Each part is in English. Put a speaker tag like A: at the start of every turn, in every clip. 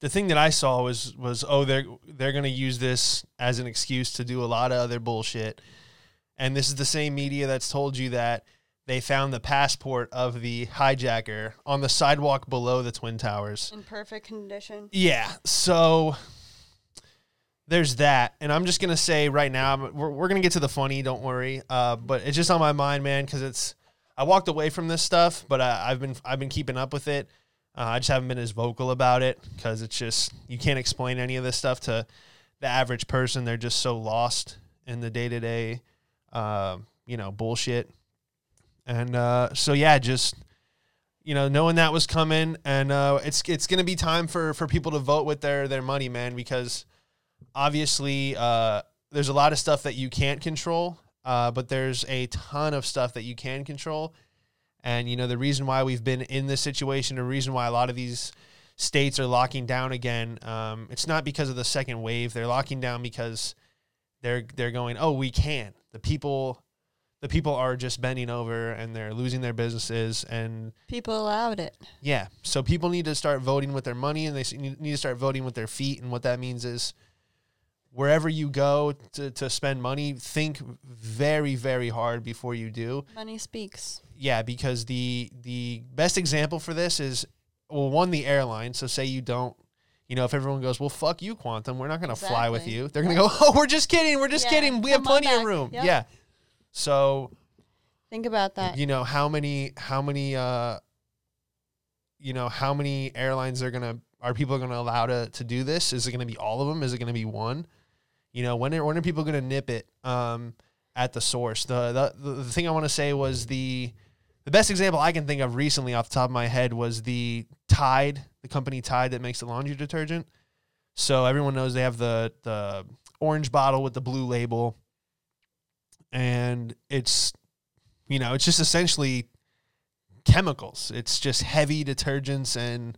A: the thing that I saw was was oh they're they're going to use this as an excuse to do a lot of other bullshit. And this is the same media that's told you that they found the passport of the hijacker on the sidewalk below the twin towers.
B: in perfect condition.
A: Yeah. So there's that. And I'm just going to say right now, I'm- we're, we're going to get to the funny, don't worry. Uh, but it's just on my mind, man, because it's, I walked away from this stuff, but I, I've been, I've been keeping up with it. Uh, I just haven't been as vocal about it because it's just, you can't explain any of this stuff to the average person. They're just so lost in the day to day, you know, bullshit. And uh, so, yeah, just you know, knowing that was coming, and uh, it's it's going to be time for for people to vote with their their money, man, because obviously uh, there's a lot of stuff that you can't control, uh, but there's a ton of stuff that you can control, and you know the reason why we've been in this situation, the reason why a lot of these states are locking down again, um, it's not because of the second wave. They're locking down because they're they're going, oh, we can. The people. The people are just bending over and they're losing their businesses and
B: People allowed it.
A: yeah. So people need to start voting with their money and they s- need need to start voting with their feet. And what that means is wherever you go to, to spend money, think very, very hard before you do.
B: Money speaks.
A: Yeah, because the the best example for this is well, one, the airline. So say you don't you know, if everyone goes, well, fuck you, Quantum. We're not going to fly with
B: Exactly.
A: you. They're going to go, oh, we're just kidding. We're just
B: Yeah,
A: kidding. We have
B: come on
A: plenty of
B: back.
A: room.
B: Yep.
A: Yeah. So
B: Think about that.
A: you know how many how many uh you know how many airlines are gonna are people gonna allow to to do this is it gonna be all of them is it gonna be one you know when are, when are people gonna nip it um at the source the the, the thing i want to say was the the best example i can think of recently off the top of my head was the tide the company tide that makes the laundry detergent so everyone knows they have the the orange bottle with the blue label and it's you know it's just essentially chemicals it's just heavy detergents and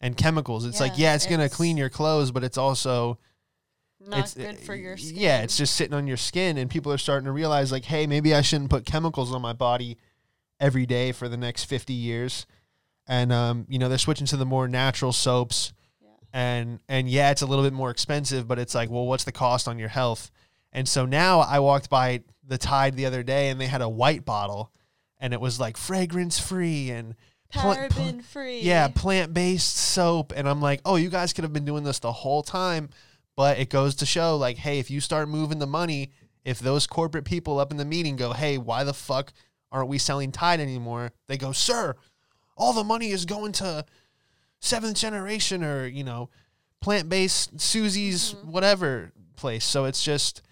A: and chemicals it's like
B: Yeah,
A: yeah it's, gonna
B: it's-
A: clean your clothes but it's also
B: Not
A: it's
B: good for your skin.
A: yeah it's just sitting on your skin and people are starting to realize like hey maybe i shouldn't put chemicals on my body every day for the next 50 years and um, you know they're switching to the more natural soaps
B: Yeah.
A: and and yeah it's a little bit more expensive but it's like well what's the cost on your health and so now i walked by the tide the other day and they had a white bottle and it was like fragrance free and pla- pla-
B: paraben free.
A: yeah, plant based soap. And I'm like, oh, you guys could have been doing this the whole time. But it goes to show, like, hey, if you start moving the money, if those corporate people up in the meeting go, hey, why the fuck aren't we selling Tide anymore? They go, sir, all the money is going to seventh generation or, you know, plant based Susie's whatever place. So it's just,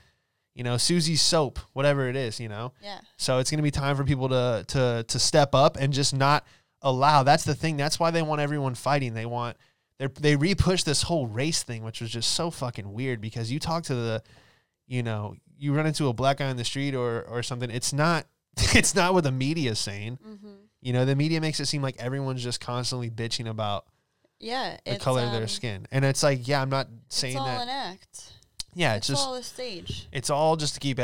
A: you know, Susie's soap, whatever it is, you know?
B: Yeah.
A: So it's going to be time for people to to to step up and just not allow. That's the thing. That's why they want everyone fighting. They want they they repush this whole race thing, which was just so fucking weird. Because you talk to the, you know, you run into a black guy on the street or or something. It's not it's not what the media is saying.
B: Mm-hmm.
A: You know, the media makes it seem like everyone's just constantly bitching about
B: Yeah.
A: the color of their
B: um,
A: skin, and it's like, yeah, I'm not saying
B: it's all
A: that.
B: an act.
A: yeah,
B: It's,
A: it's, just
B: all a stage.
A: it's all just to keep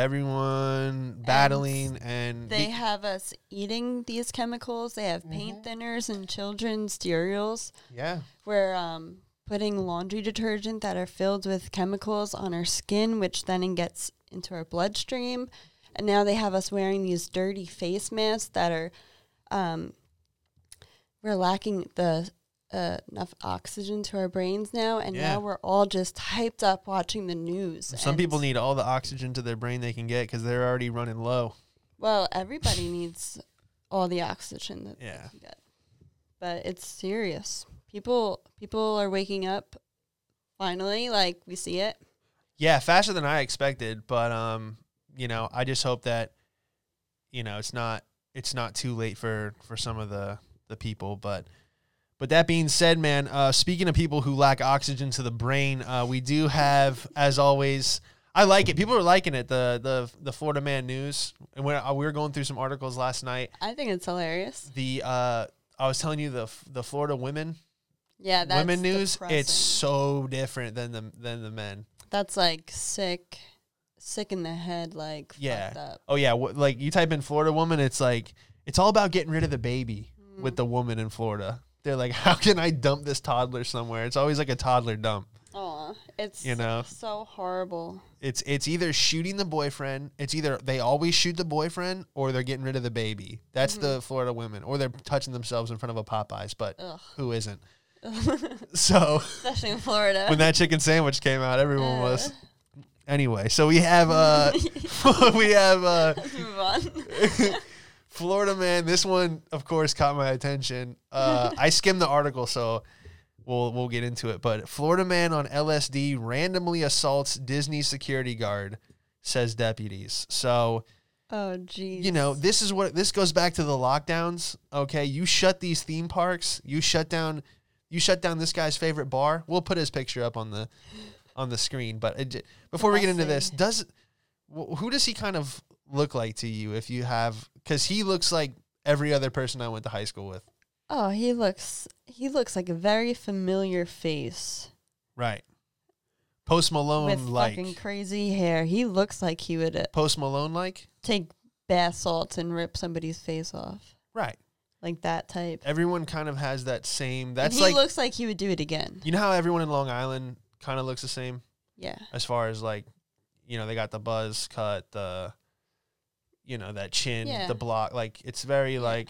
A: everyone battling and,
B: They
A: be-
B: have us eating these chemicals. They have paint thinners and children's cereals.
A: yeah.
B: We're um, putting laundry detergent that are filled with chemicals on our skin, which then gets into our bloodstream. And now they have us wearing these dirty face masks that are, um, we're lacking the uh, enough oxygen to our brains now. And
A: Yeah.
B: now we're all just hyped up watching the news.
A: Some
B: and-
A: people need all the oxygen to their brain they can get because they're already running low.
B: Well, everybody needs all the oxygen that
A: Yeah.
B: they can get. But it's serious. People people are waking up finally, like we see it.
A: Yeah, faster than I expected, but um, you know, I just hope that you know it's not it's not too late for for some of the the people. But but that being said, man, uh, speaking of people who lack oxygen to the brain, uh, we do have, as always, I like it. People are liking it. The the the Florida Man News, and when I, we were going through some articles last night,
B: I think it's hilarious.
A: the uh, I was telling you the the Florida women
B: Yeah, that's
A: women news
B: depressing.
A: it's so different than the than the men
B: that's like sick sick in the head, like
A: Yeah.
B: fucked up.
A: oh yeah wh-
B: Hmm.
A: like you type in florida woman it's like it's all about getting rid of the baby with the woman in florida They're like, how can I dump this toddler somewhere? It's always like a toddler dump.
B: Aw, it's
A: You know.
B: so horrible.
A: It's it's either shooting the boyfriend. It's either they always shoot the boyfriend or they're getting rid of the baby. That's
B: Mm-hmm.
A: the Florida women, or they're touching themselves in front of a Popeyes. But
B: Ugh.
A: who isn't? so
B: Especially in Florida.
A: when that chicken sandwich came out, everyone was. Anyway, so we have uh, we have uh,
B: Let's move on.
A: Florida man. This one, of course, caught my attention. Uh, I skimmed the article, so we'll we'll get into it. But Florida man on LSD randomly assaults Disney security guard, says deputies. So
B: Oh, jeez.
A: you know this is what this goes back to the lockdowns. Okay, you shut these theme parks. You shut down. You shut down this guy's favorite bar. We'll put his picture up on the on the screen. But it, j- before we get into this,
B: Blessing.
A: does wh- who does he kind of look like to you? If you have, because he looks like every other person I went to high school with.
B: Oh, he looks he looks like a very familiar face
A: Right. Post Malone
B: with
A: like.
B: fucking crazy hair. He looks like he would uh,
A: Post Malone like.
B: take bath salts and rip somebody's face off,
A: Right.
B: like that type.
A: Everyone kind of has that same.
B: And
A: That's
B: he
A: like
B: looks like he would do it again.
A: you know how everyone in Long Island kind of looks the same.
B: Yeah.
A: as far as like you know they got the buzz cut the you know that chin
B: Yeah.
A: the block like it's very like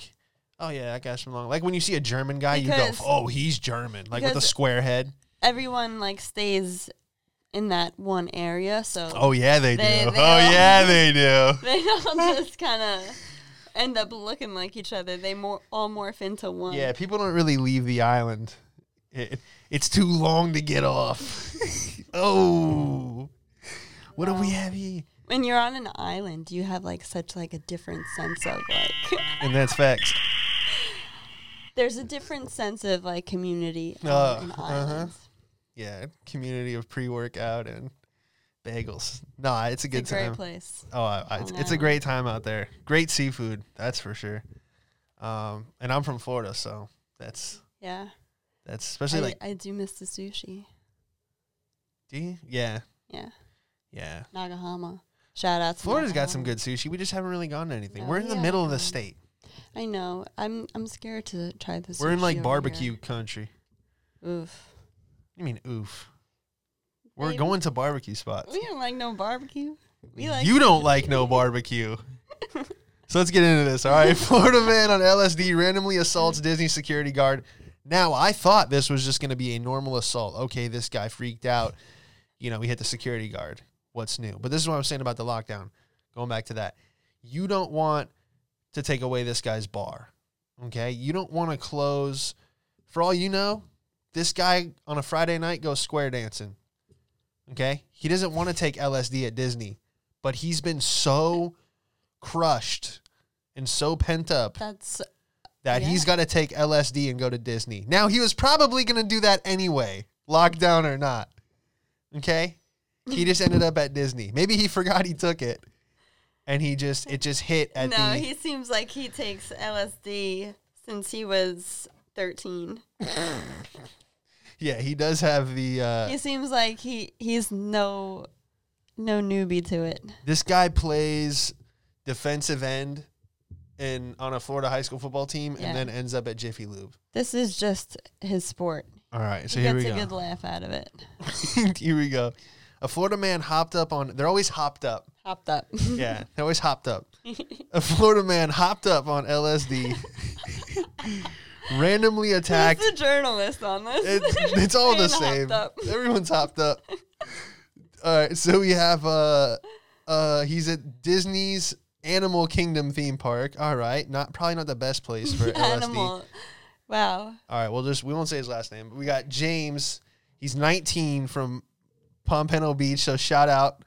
A: oh yeah that guy's from long like when you see a german guy you
B: Because-
A: go oh he's german like with a
B: because-
A: square head
B: Everyone like stays in that one area, so
A: oh yeah they,
B: They-
A: do
B: they
A: oh
B: all-
A: yeah they do
B: they all just kind of end up looking like each other. They more all morph into one.
A: yeah people don't really leave the island it, it's too long to get off oh what do we have here
B: When you're on an island, you have like such like a different sense of like
A: and that's facts
B: there's a different sense of like community on
A: Uh,
B: an
A: uh-huh.
B: island.
A: yeah community of pre-workout and bagels nah it's a good
B: It's a great
A: time
B: place.
A: Oh, I, I, it's,
B: Long
A: it's a
B: Island.
A: great time out there. Great seafood, that's for sure. Um, and I'm from Florida, so that's
B: Yeah.
A: that's
B: I,
A: especially like
B: I do miss the sushi.
A: do you? yeah,
B: Yeah.
A: yeah.
B: Nagahama. Shout out to
A: Florida's got
B: Nagahama.
A: some good sushi. We just haven't really gone to anything.
B: No,
A: We're in the
B: yeah,
A: middle of the
B: um,
A: state.
B: I know. I'm I'm scared to try this.
A: We're in like barbecue country.
B: Oof.
A: You mean oof? We're
B: Baby.
A: going to barbecue spots.
B: We don't like no barbecue. We like
A: you don't like no barbecue. so let's get into this. All right. Florida man on LSD randomly assaults Disney security guard. Now, I thought this was just going to be a normal assault. Okay, this guy freaked out. You know, we hit the security guard. What's new? But this is what I'm saying about the lockdown. Going back to that, you don't want to take away this guy's bar. Okay. You don't want to close. For all you know, this guy on a Friday night goes square dancing. Okay. He doesn't want to take LSD at Disney but he's been so crushed and so pent up
B: that's
A: that
B: yeah.
A: he's got to take LSD and go to Disney. Now he was probably going to do that anyway, lockdown or not. Okay? He just ended up at Disney. Maybe he forgot he took it and he just it just hit at
B: no.
A: the
B: He seems like he takes LSD since he was thirteen.
A: Yeah, he does have the uh
B: He seems like he he's no no newbie to it.
A: this guy plays defensive end in on a Florida high school football team
B: Yeah.
A: and then ends up at Jiffy Lube.
B: This is just his sport.
A: All right, so
B: he
A: here
B: gets
A: we
B: a
A: go.
B: good laugh out of it.
A: Here we go. A Florida man hopped up on. They're always hopped up.
B: Hopped up.
A: Yeah, they're always hopped up. A Florida man hopped up on LSD, randomly attacked.
B: Who's the journalist on this?
A: It's, it's all the
B: Man hopped
A: same.
B: up.
A: Everyone's hopped up. All right, so we have uh, uh, he's at Disney's Animal Kingdom theme park. All right, not probably not the best place for LSD.
B: Animal. Wow.
A: All right, we'll just we won't say his last name, but we got James. He's 19 from Pompano Beach, so shout out.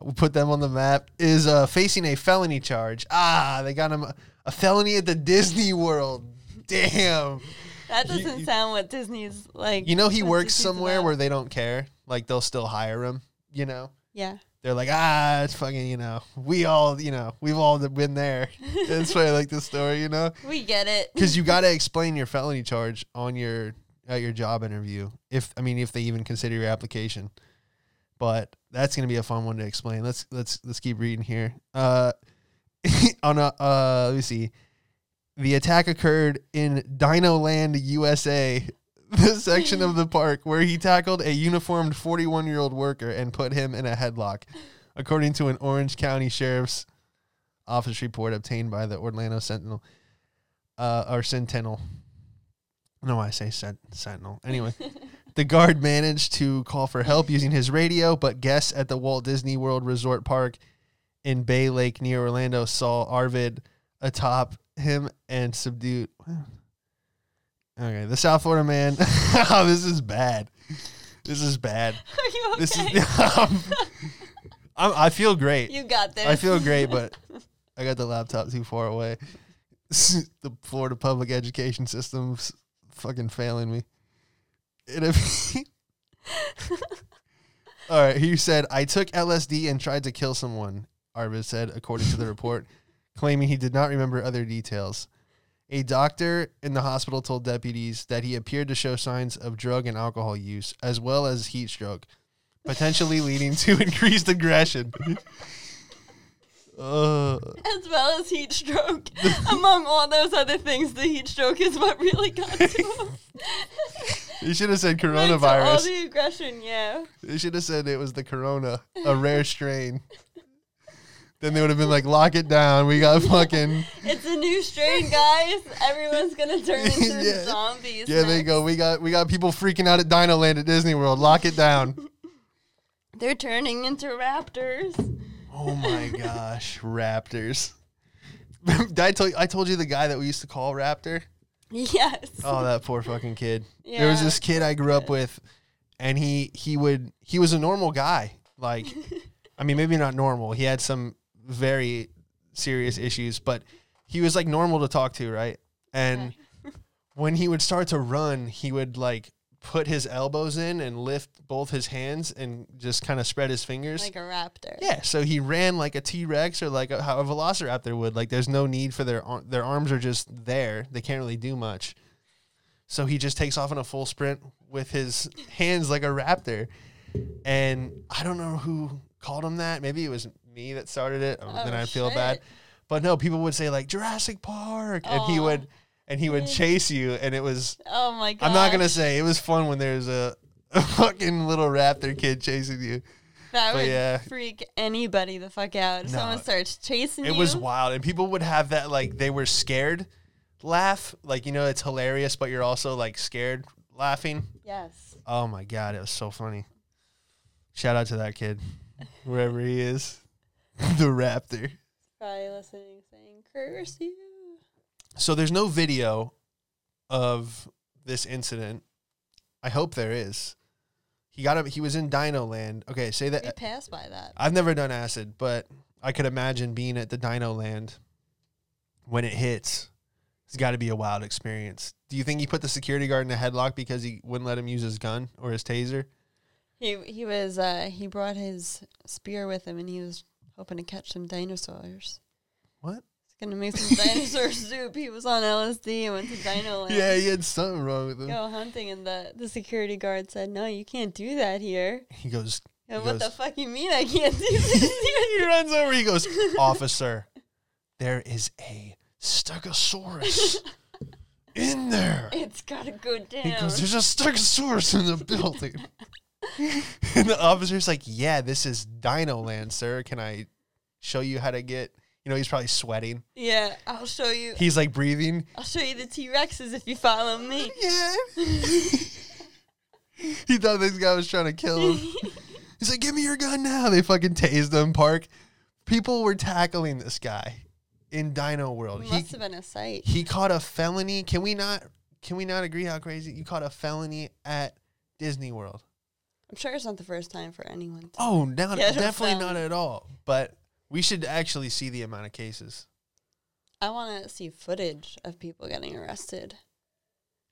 A: We'll put them on the map. Is uh, facing a felony charge. Ah, they got him a, a felony at the Disney World. Damn.
B: That doesn't
A: you-
B: sound what Disney's like.
A: You know he
B: what
A: works
B: Disney's
A: somewhere
B: about.
A: where they don't care. Like they'll still hire him. You know.
B: Yeah.
A: They're like, ah, it's fucking, you know, we all, you know, we've all been there. That's why I like this story, you know?
B: We get it.
A: because you got to explain your felony charge on your at your job interview. If I mean, if they even consider your application, but that's gonna be a fun one to explain. Let's let's let's keep reading here. Uh, on a uh, let me see. The attack occurred in Dino Land, USA, the section of the park where he tackled a uniformed 41 year old worker and put him in a headlock, according to an Orange County Sheriff's Office report obtained by the Orlando Sentinel uh, or Sentinel. No, I say sent- Sentinel. Anyway, the guard managed to call for help using his radio, but guests at the Walt Disney World Resort Park in Bay Lake near Orlando saw Arvid atop him and subdued. Okay, the South Florida man. oh, this is bad. This is bad.
B: Are you okay?
A: This is. I'm, I feel great.
B: you got this.
A: I feel great, but I got the laptop too far away. the Florida public education system's fucking failing me. It ap- All right, he said, I took LSD and tried to kill someone, Arvid said, according to the report, claiming he did not remember other details. A doctor in the hospital told deputies that he appeared to show signs of drug and alcohol use, as well as heat stroke, potentially leading to increased aggression. Uh,
B: as well as heat stroke. Among all those other things, the heat stroke is what really got to him.
A: you should have said
B: Led to All
A: coronavirus.
B: the aggression, yeah.
A: They should have said it was the corona, a rare strain. then they would have been like, lock it down. We got fucking.
B: It's a new strain, guys. Everyone's gonna turn into
A: Yeah.
B: zombies.
A: Yeah, they
B: next.
A: go. We got we got people freaking out at Dino Land at Disney World. Lock it down.
B: They're turning into raptors.
A: oh my gosh, Raptors. Did I tell you, I told you the guy that we used to call Raptor?
B: Yes.
A: Oh, that poor fucking kid. There was
B: Yeah.
A: this kid I grew up with, and he he would he was a normal guy. Like, I mean, maybe not normal. He had some very serious issues, but he was like normal to talk to, right? And when he would start to run, he would like put his elbows in and lift both his hands and just kind of spread his fingers.
B: Like a raptor.
A: Yeah, so he ran like a T Rex or like a, how a Velociraptor would. Like, there's no need for their ar- their arms are just there. They can't really do much. So he just takes off in a full sprint with his hands like a raptor. And I don't know who called him that. Maybe it was me that started it. and then
B: Oh,
A: I feel
B: shit.
A: bad. But no, people would say like Jurassic Park, and he
B: Aw.
A: would and he would chase you. And it was
B: Oh my god.
A: I'm not gonna say it was fun when there's a, a fucking little raptor kid chasing you.
B: That
A: but
B: would
A: yeah.
B: freak anybody the fuck out. If
A: No.
B: someone starts chasing
A: It
B: you.
A: was wild, and people would have that like they were scared laugh, like you know it's hilarious, but you're also like scared laughing.
B: yes.
A: Oh my god, it was so funny. Shout out to that kid, wherever he is, the Raptor.
B: Probably listening, saying curse you.
A: So there's no video of this incident. I hope there is. He got him. He was in Dino Land. Okay, say
B: We
A: that.
B: passed by that.
A: I've never done acid, but I could imagine being at the Dino Land when it hits. It's got to be a wild experience. Do you think he put the security guard in a headlock because he wouldn't let him use his gun or his taser?
B: He he was uh he brought his spear with him and he was hoping to catch some dinosaurs.
A: What?
B: He's gonna make some dinosaur soup. He was on LSD and went to Dino Land.
A: Yeah, he had something wrong with him.
B: Go hunting and the, the security guard said, No, you can't do that here.
A: He goes,
B: And
A: He
B: what the
A: goes-
B: fuck you mean I can't do this here?
A: he runs over. He goes, Officer, there is a Stegosaurus in there.
B: It's gotta go down.
A: He goes, There's a Stegosaurus in the building. and the officer's like, Yeah, this is Dino Land, sir. Can I show you how to get. You know, he's probably sweating.
B: Yeah, I'll show you
A: He's like breathing.
B: I'll show you the T Rexes if you follow me.
A: Yeah. he thought this guy was trying to kill him. He's like, Give me your gun now. They fucking tased him, Park. People were tackling this guy in Dino World. oh, He-
B: Must have been a sight.
A: he caught a felony. Can we not? Can we not agree how crazy you caught a felony at Disney World?
B: I'm sure it's not the first time for anyone. To-
A: Oh, not
B: Yeah, no
A: definitely
B: felony.
A: not at all. But we should actually see the amount of cases.
B: I want to see footage of people getting arrested.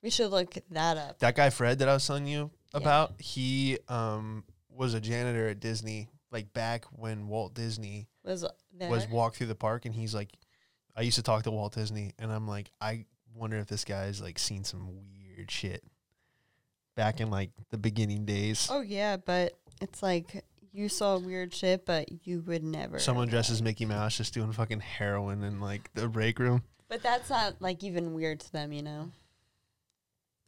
B: We should look that up.
A: That guy Fred that I was telling you
B: Yeah.
A: about, he um was a janitor at Disney, like back when Walt Disney
B: Was there?
A: was walk through the park, and he's like, I used to talk to Walt Disney, and I'm like, I wonder if this guy's like seen some weird shit back in like the beginning days.
B: oh yeah, but it's like you saw weird shit, but you would never.
A: Someone dresses Mickey Mouse just doing fucking heroin in like the break room.
B: But that's not like even weird to them, you know.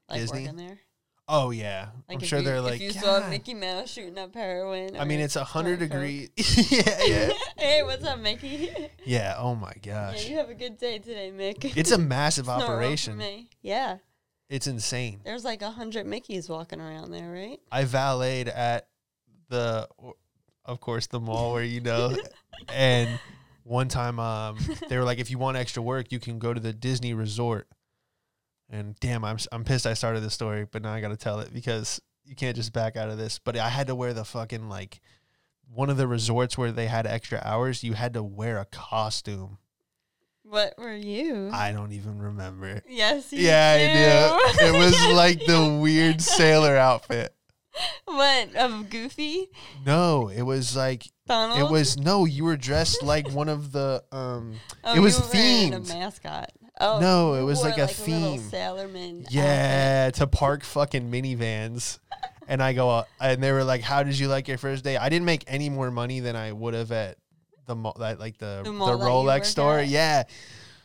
B: Like
A: Disney?
B: working there.
A: Oh yeah,
B: Like
A: I'm
B: if
A: sure
B: you,
A: they're
B: if
A: like.
B: you saw
A: "God."
B: Mickey Mouse shooting up heroin.
A: I mean,
B: or
A: it's a hundred
B: doing coke.
A: degree. yeah, yeah,
B: hey, what's up, Mickey?
A: yeah. Oh my
B: yeah,
A: gosh,
B: you have a good day today, Mick.
A: it's a massive
B: Not wrong for
A: operation.
B: me. Yeah,
A: It's insane.
B: there's like a hundred Mickeys walking around there, right?
A: I valeted at the, of course, the mall where you know, and one time um, they were like, if you want extra work, you can go to the Disney Resort. And damn, I'm s- I'm pissed I started this story, but now I got to tell it because you can't just back out of this. But I had to wear the fucking like one of the resorts where they had extra hours. You had to wear a costume.
B: What were you?
A: I don't even remember.
B: yes, you
A: Yeah, I
B: do.
A: do. It was
B: Yes,
A: like
B: you-
A: the weird sailor outfit.
B: what of Goofy
A: No, it was like
B: Donald.
A: It was no, you were dressed like one of the um
B: Oh,
A: it was
B: you were wearing
A: themed.
B: A mascot. Oh
A: No, it
B: you
A: was
B: wore
A: like a
B: little
A: theme.
B: sailorman. outfit.
A: yeah, to park fucking minivans. And I go uh, and they were like, "How did you like your first day?" I didn't make any more money than I would have at the mall, that like the the,
B: The mall that you work
A: Rolex store.
B: at?
A: Yeah.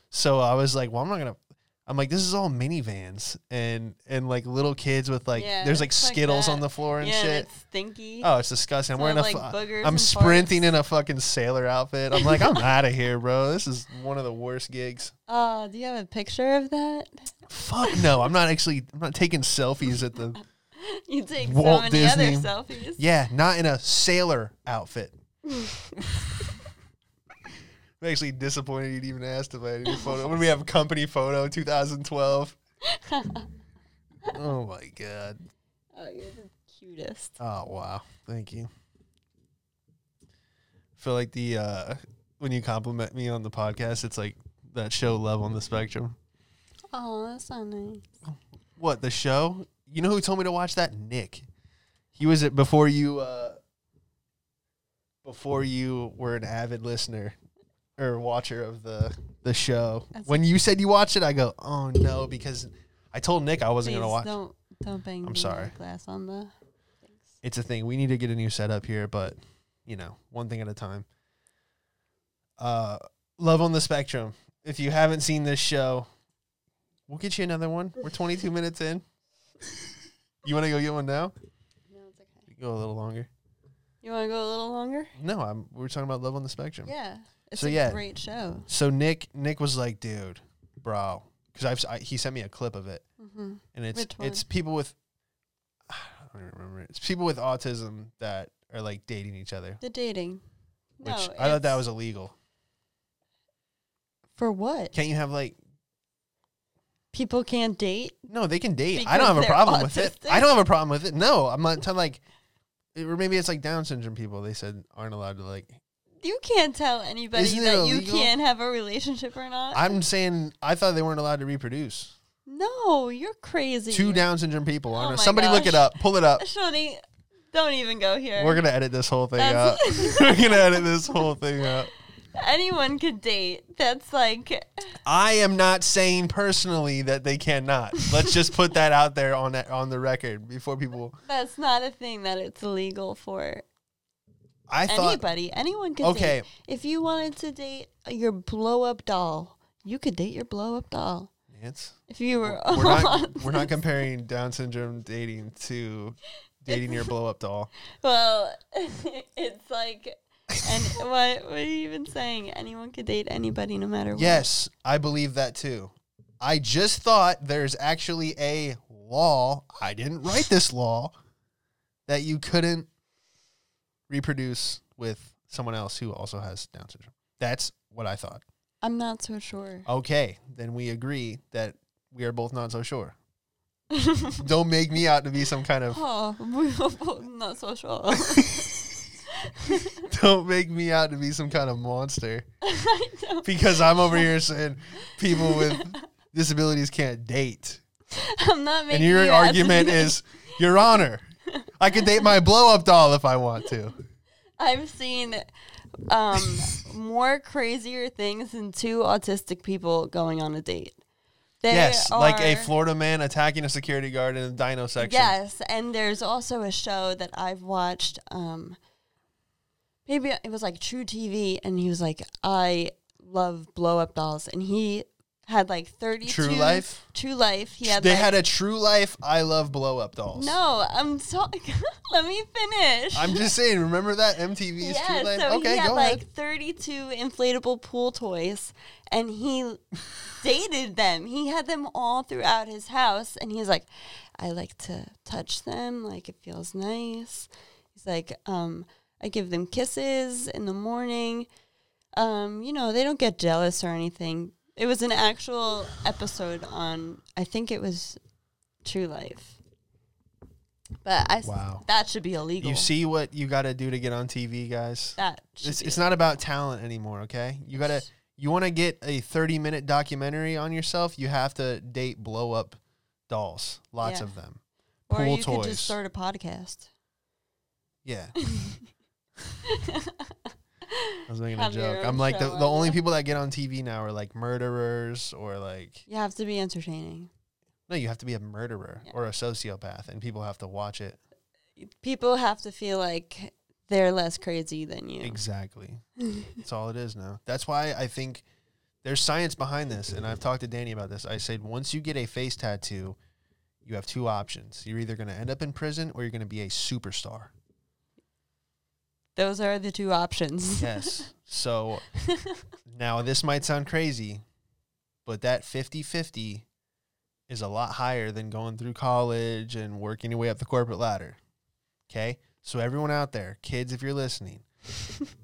A: So I was like, "Well, I'm not going to I'm like, this is all minivans and and like little kids with like
B: Yeah,
A: there's like
B: it's like
A: Skittles
B: that.
A: on the floor and
B: yeah, and
A: shit.
B: it's stinky.
A: Oh, it's disgusting. I'm
B: Smell
A: wearing a.
B: like
A: fu-
B: boogers
A: I'm
B: and
A: sprinting
B: farts.
A: in a fucking sailor outfit. I'm like, I'm out of here, bro. This is one of the worst gigs.
B: Oh, do you have a picture of that?
A: Fuck no. I'm not actually. I'm not taking selfies at the.
B: You take
A: Walt
B: so many
A: Disney.
B: other selfies.
A: Yeah, not in a sailor outfit. I'm actually disappointed you'd even asked if I had any photo. When we have company photo 2012. Oh my god.
B: Oh, you're the cutest.
A: Oh wow. Thank you. feel like the uh when you compliment me on the podcast, it's like that show Love on the Spectrum.
B: Oh, that's so nice.
A: What, the show? You know who told me to watch that? Nick. He was at before you uh before you were an avid listener or watcher of the the show.
B: That's-
A: when you said you watched it, I go, "Oh no," because I told Nick I wasn't
B: Please
A: going to watch.
B: don't don't bang.
A: I'm
B: the
A: sorry.
B: Glass on the.
A: it's a thing. We need to get a new setup here, but you know, one thing at a time. Uh, Love on the Spectrum. If you haven't seen this show, we'll get you another one. We're 22 minutes in. You want to go get one now?
B: No, it's okay.
A: You can Go a little longer.
B: You want to go a little longer?
A: No, I'm, we're talking about Love on the Spectrum.
B: Yeah. It's
A: So,
B: a
A: yeah.
B: great show.
A: So Nick, Nick was like, dude, bro, because I've s- I, he sent me a clip of it,
B: Mm-hmm.
A: and it's
B: Which
A: it's people with I don't remember. It's people with autism that are like dating each other,
B: The dating.
A: which
B: no,
A: I thought that
B: it's-
A: was illegal.
B: for what
A: Can't you have like
B: people can't date.
A: No, they can date. I
B: Because
A: don't have a
B: they're
A: problem with it.
B: autistic?
A: I don't have a problem with it. No, I'm not telling like, or maybe it's like Down syndrome people. They said aren't allowed to like.
B: You can't tell anybody
A: Isn't it
B: that you
A: illegal?
B: can't have a relationship or not.
A: I'm saying I thought they weren't allowed to reproduce.
B: no, you're crazy.
A: Two Down syndrome people.
B: Oh
A: aren't-
B: my
A: Somebody look
B: gosh.
A: it up. Pull it up.
B: Shawnee, don't even go here.
A: We're gonna edit this whole thing out.
B: That's-
A: We're gonna edit this whole thing out.
B: Anyone could date. That's like
A: I am not saying personally that they cannot. Let's just put that out there on that, on the record before people.
B: that's not a thing that it's illegal for
A: I thought
B: anybody. Anyone could
A: Okay.
B: date. If you wanted to date your blow up doll, you could date your blow up doll.
A: Nance,
B: If you were,
A: we're not we're not comparing Down syndrome dating to dating your blow up doll.
B: well, it's like, and what, what are you even saying? Anyone could date anybody, no matter what.
A: Yes, I believe that too. I just thought there's actually a law. I didn't write this law that you couldn't reproduce with someone else who also has Down syndrome. That's what I thought.
B: I'm not so sure.
A: Okay, then we agree that we are both not so sure. Don't make me out to be some kind of
B: Oh, we were both not so sure.
A: don't make me out to be some kind of monster
B: I don't-
A: because I'm over here saying people with disabilities can't date.
B: I'm not making
A: and your
B: you out to
A: argument
B: be-
A: is, Your Honor, I could date my blow up doll if I want to.
B: I've seen um, more crazier things than two autistic people going on a date. There
A: yes, like a
B: are-
A: Florida man attacking a security guard in a dino section.
B: Yes, and there's also a show that I've watched. Um, maybe it was like True TV, and he was like, "I love blow up dolls," and he had like 32
A: True Life?
B: True Life. He had
A: they
B: like,
A: had a true life I love blow up dolls.
B: No, I'm talking. Let me finish.
A: I'm just saying, remember that MTV's
B: yeah,
A: true life?
B: so
A: okay,
B: he had
A: go
B: like
A: ahead.
B: 32 inflatable pool toys and he dated them. He had them all throughout his house and he's like, I like to touch them, like it feels nice. He's like, um, I give them kisses in the morning. Um, you know, they don't get jealous or anything. It was an actual episode on I think it was True Life. But I s-
A: Wow.
B: that should be illegal.
A: You see what you got to do to get on TV, guys?
B: that should
A: It's,
B: be
A: it's not about talent anymore, okay? You got to you want to get a 30-minute documentary on yourself, you have to date blow up dolls, lots
B: Yeah.
A: of them.
B: or
A: pool
B: you could
A: toys.
B: just start a podcast.
A: Yeah. I was making a
B: Have your
A: joke.
B: own
A: I'm like the,
B: show
A: the
B: on
A: only
B: it.
A: people that get on TV now are like murderers or like
B: You have to be entertaining.
A: no, you have to be a murderer or a sociopath and people have to watch it.
B: People have to feel like they're less crazy than you.
A: Exactly. That's all it is now. That's why I think there's science behind this, and I've talked to Danny about this. I said once you get a face tattoo, you have two options. You're either going to end up in prison or you're going to be a superstar.
B: Those are the two options.
A: Yes. So now this might sound crazy, but that 50 50 is a lot higher than going through college and working your way up the corporate ladder. Okay. So, everyone out there, kids, if you're listening,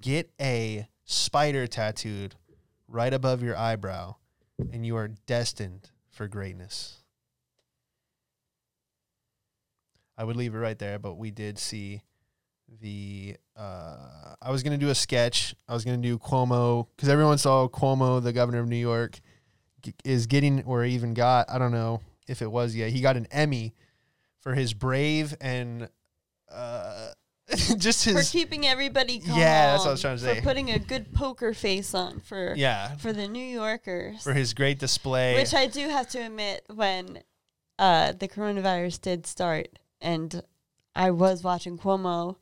A: get a spider tattooed right above your eyebrow, and you are destined for greatness. I would leave it right there, but we did see the uh, I was gonna do a sketch. I was gonna do Cuomo because everyone saw Cuomo, the governor of New York, g- is getting or even got I don't know if it was yet. He got an Emmy for his brave and uh, just
B: For
A: his
B: keeping everybody calm.
A: Yeah, that's what I was trying to say.
B: For putting a good poker face on for
A: yeah
B: for the New Yorkers.
A: for his great display.
B: Which I do have to admit when uh, the coronavirus did start and I was watching Cuomo,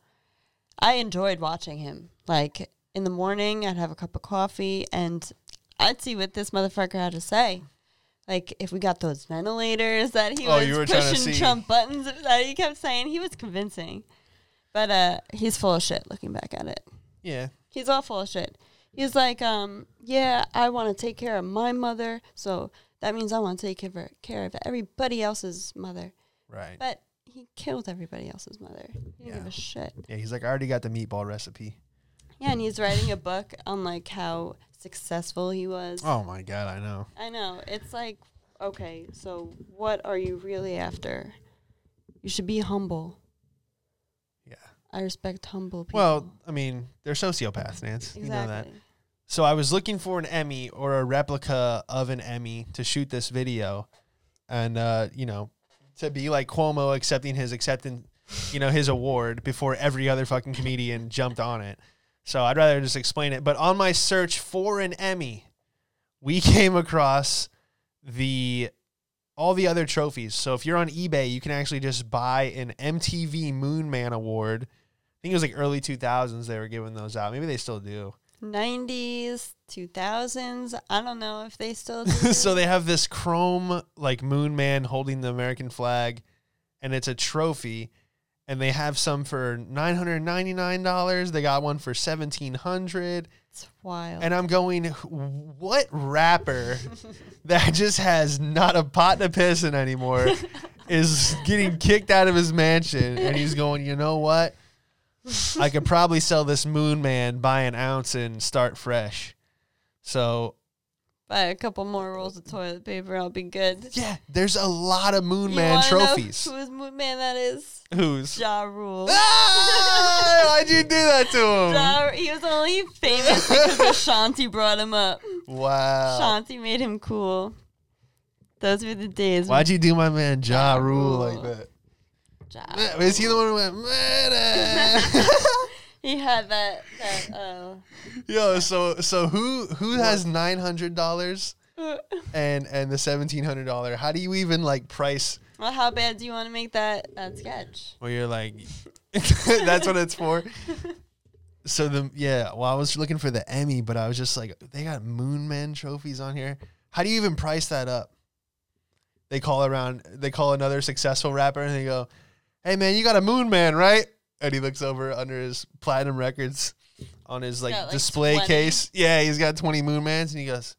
B: I enjoyed watching him. Like in the morning, I'd have a cup of coffee and I'd see what this motherfucker had to say. Like if we got those ventilators that he
A: Oh,
B: was
A: you were trying to
B: pushing
A: see.
B: Trump buttons that he kept saying, he was convincing. But uh, he's full of shit looking back at it.
A: yeah,
B: He's all full of shit. He's like, um, yeah, I want to take care of my mother, so that means I want to take care of, care of everybody else's mother.
A: right.
B: But he killed everybody else's mother. He didn't give
A: Yeah.
B: a shit.
A: Yeah, he's like I already got the meatball recipe.
B: Yeah, and he's writing a book on like how successful he was.
A: Oh my god, I know.
B: I know. It's like, okay, so what are you really after? You should be humble.
A: Yeah.
B: I respect humble people.
A: Well, I mean, they're sociopaths, Nance.
B: exactly.
A: You know that. So I was looking for an Emmy or a replica of an Emmy to shoot this video, and uh, you know, to be like Cuomo accepting his acceptance, you know, his award before every other fucking comedian jumped on it. So I'd rather just explain it. But on my search for an Emmy, we came across the all the other trophies. So if you're on eBay, you can actually just buy an MTV Moon Man Award. I think it was like early 2000s they were giving those out. Maybe they still do.
B: 90s, 2000s. I don't know if they still do.
A: so they have this chrome like moon man holding the American flag and it's a trophy and they have some for $999 they got one for 1700
B: It's wild.
A: and I'm going what rapper that just has not a pot to piss in anymore is getting kicked out of his mansion and he's going you know what I could probably sell this moon man buy an ounce and start fresh so
B: Buy a couple more rolls of toilet paper, I'll be good.
A: Yeah, there's a lot of Moon
B: You
A: Man
B: wanna know
A: trophies.
B: Who's Moon Man that is?
A: Who's?
B: Ja Rule.
A: Ah, why'd you do that to
B: Ja, he was only famous because Ashanti brought him up.
A: him? Wow.
B: Ashanti made him cool. Those were the days.
A: Why'd you do my man Ja
B: Ja
A: Rule like
B: Rule.
A: that?
B: Ja,
A: Man, Is he the one who went? eh." "Murder"?
B: he had that. that uh,
A: Yo, so so who who has nine hundred dollars and and the seventeen hundred dollar? How do you even like price
B: well, how bad do you want to make that that sketch?
A: where you're like, that's what it's for. So the yeah, well, I was looking for the Emmy, but I was just like, they got Moon Man trophies on here. How do you even price that up? They call around. They call another successful rapper and they go, "Hey man, you got a Moon Man, right?" And he looks over under his platinum records on his like,
C: Got, like,
A: display
C: 20.
A: case. Yeah, he's got twenty Moon Mans, and he goes,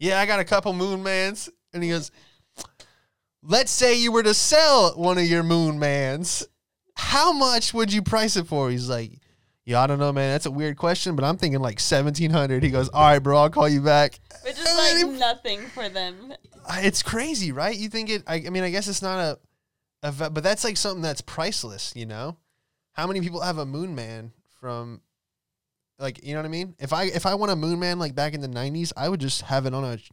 A: "Yeah, I got a couple Moon Mans," and he goes. Let's say you were to sell one of your moon mans. How much would you price it for? He's like, yeah, I don't know, man. That's a weird question, but I'm thinking like 1700. He goes, all right, bro, I'll call you back.
C: Which is
A: I
C: like
A: mean,
C: nothing for them.
A: I- it's crazy, right? You think it, I, I mean, I guess it's not a, a, va- but that's like something that's priceless, you know? How many people have a moon man from, like, you know what I mean? If I, if I want a moon man like back in the 90s, I would just have it on a sh-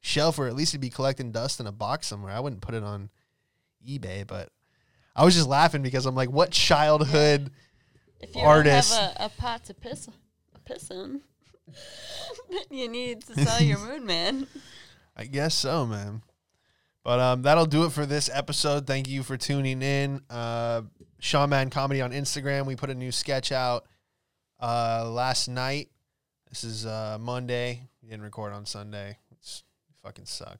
A: shelf or at least it'd be collecting dust in a box somewhere. I wouldn't put it on eBay, but I was just laughing because I'm like, what childhood.
C: If you don't have
A: Artist.
C: a, a pot to piss, piss in, then you need to sell your moon man.
A: I guess so, man. But um, that'll do it for this episode. Thank you for tuning in. Uh, Shawn Man Comedy on Instagram. We put a new sketch out uh, last night. This is uh, Monday. We didn't record on Sunday. It's fucking suck.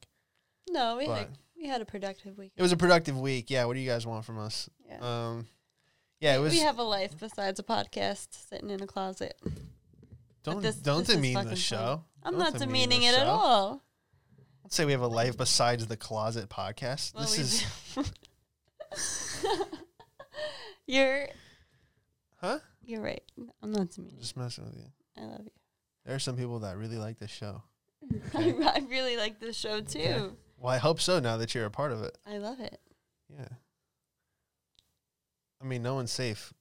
B: No, we had,
A: But-
B: a, we had a productive week.
A: It was a productive week. Yeah. What do you guys want from us?
B: Yeah.
A: Um, yeah. It was.
C: we have a life besides a podcast, sitting in a closet.
A: don't
C: this-
A: don't
C: this is
A: demean
C: fucking
A: the show.
C: I'm not
A: Don't demean the
C: demeaning it at
A: show.
C: all.
A: Don't say we have a life besides the closet podcast.
C: Well,
A: this
C: we
A: is
C: do. you're
A: huh?
B: You're right. I'm not demeaning.
A: Just messing with you.
B: I love you.
A: There are some people that really like this show.
C: I,
A: Okay.
C: re- I really like this show too.
A: Okay. Well, I hope so now that you're a part of it.
B: I love it.
A: Yeah. I mean, no one's safe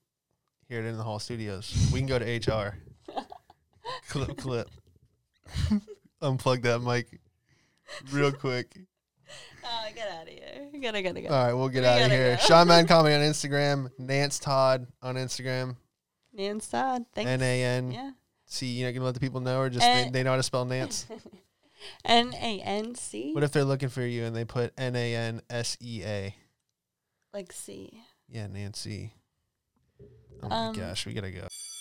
A: here at In the Hall Studios. We can go to HR. clip, clip. Unplug that mic real quick.
C: Oh, get out of here. You gotta, gotta, go.
A: All right, we'll get
C: We
A: out of
C: gotta
A: here.
C: go.
A: Shawn Man Comedy on Instagram, Nance Todd on Instagram,
B: Nan's sad. Thanks.
A: N A N
C: yeah.
A: C. You're not going to let the people know, or just they,
C: Eh.
A: they know how to spell Nance?
B: N A N C.
A: what if they're looking for you and they put N A N S E A?
B: Like C.
A: Yeah, Nancy. Oh my
B: Um,
C: Um,
A: gosh, we got to go.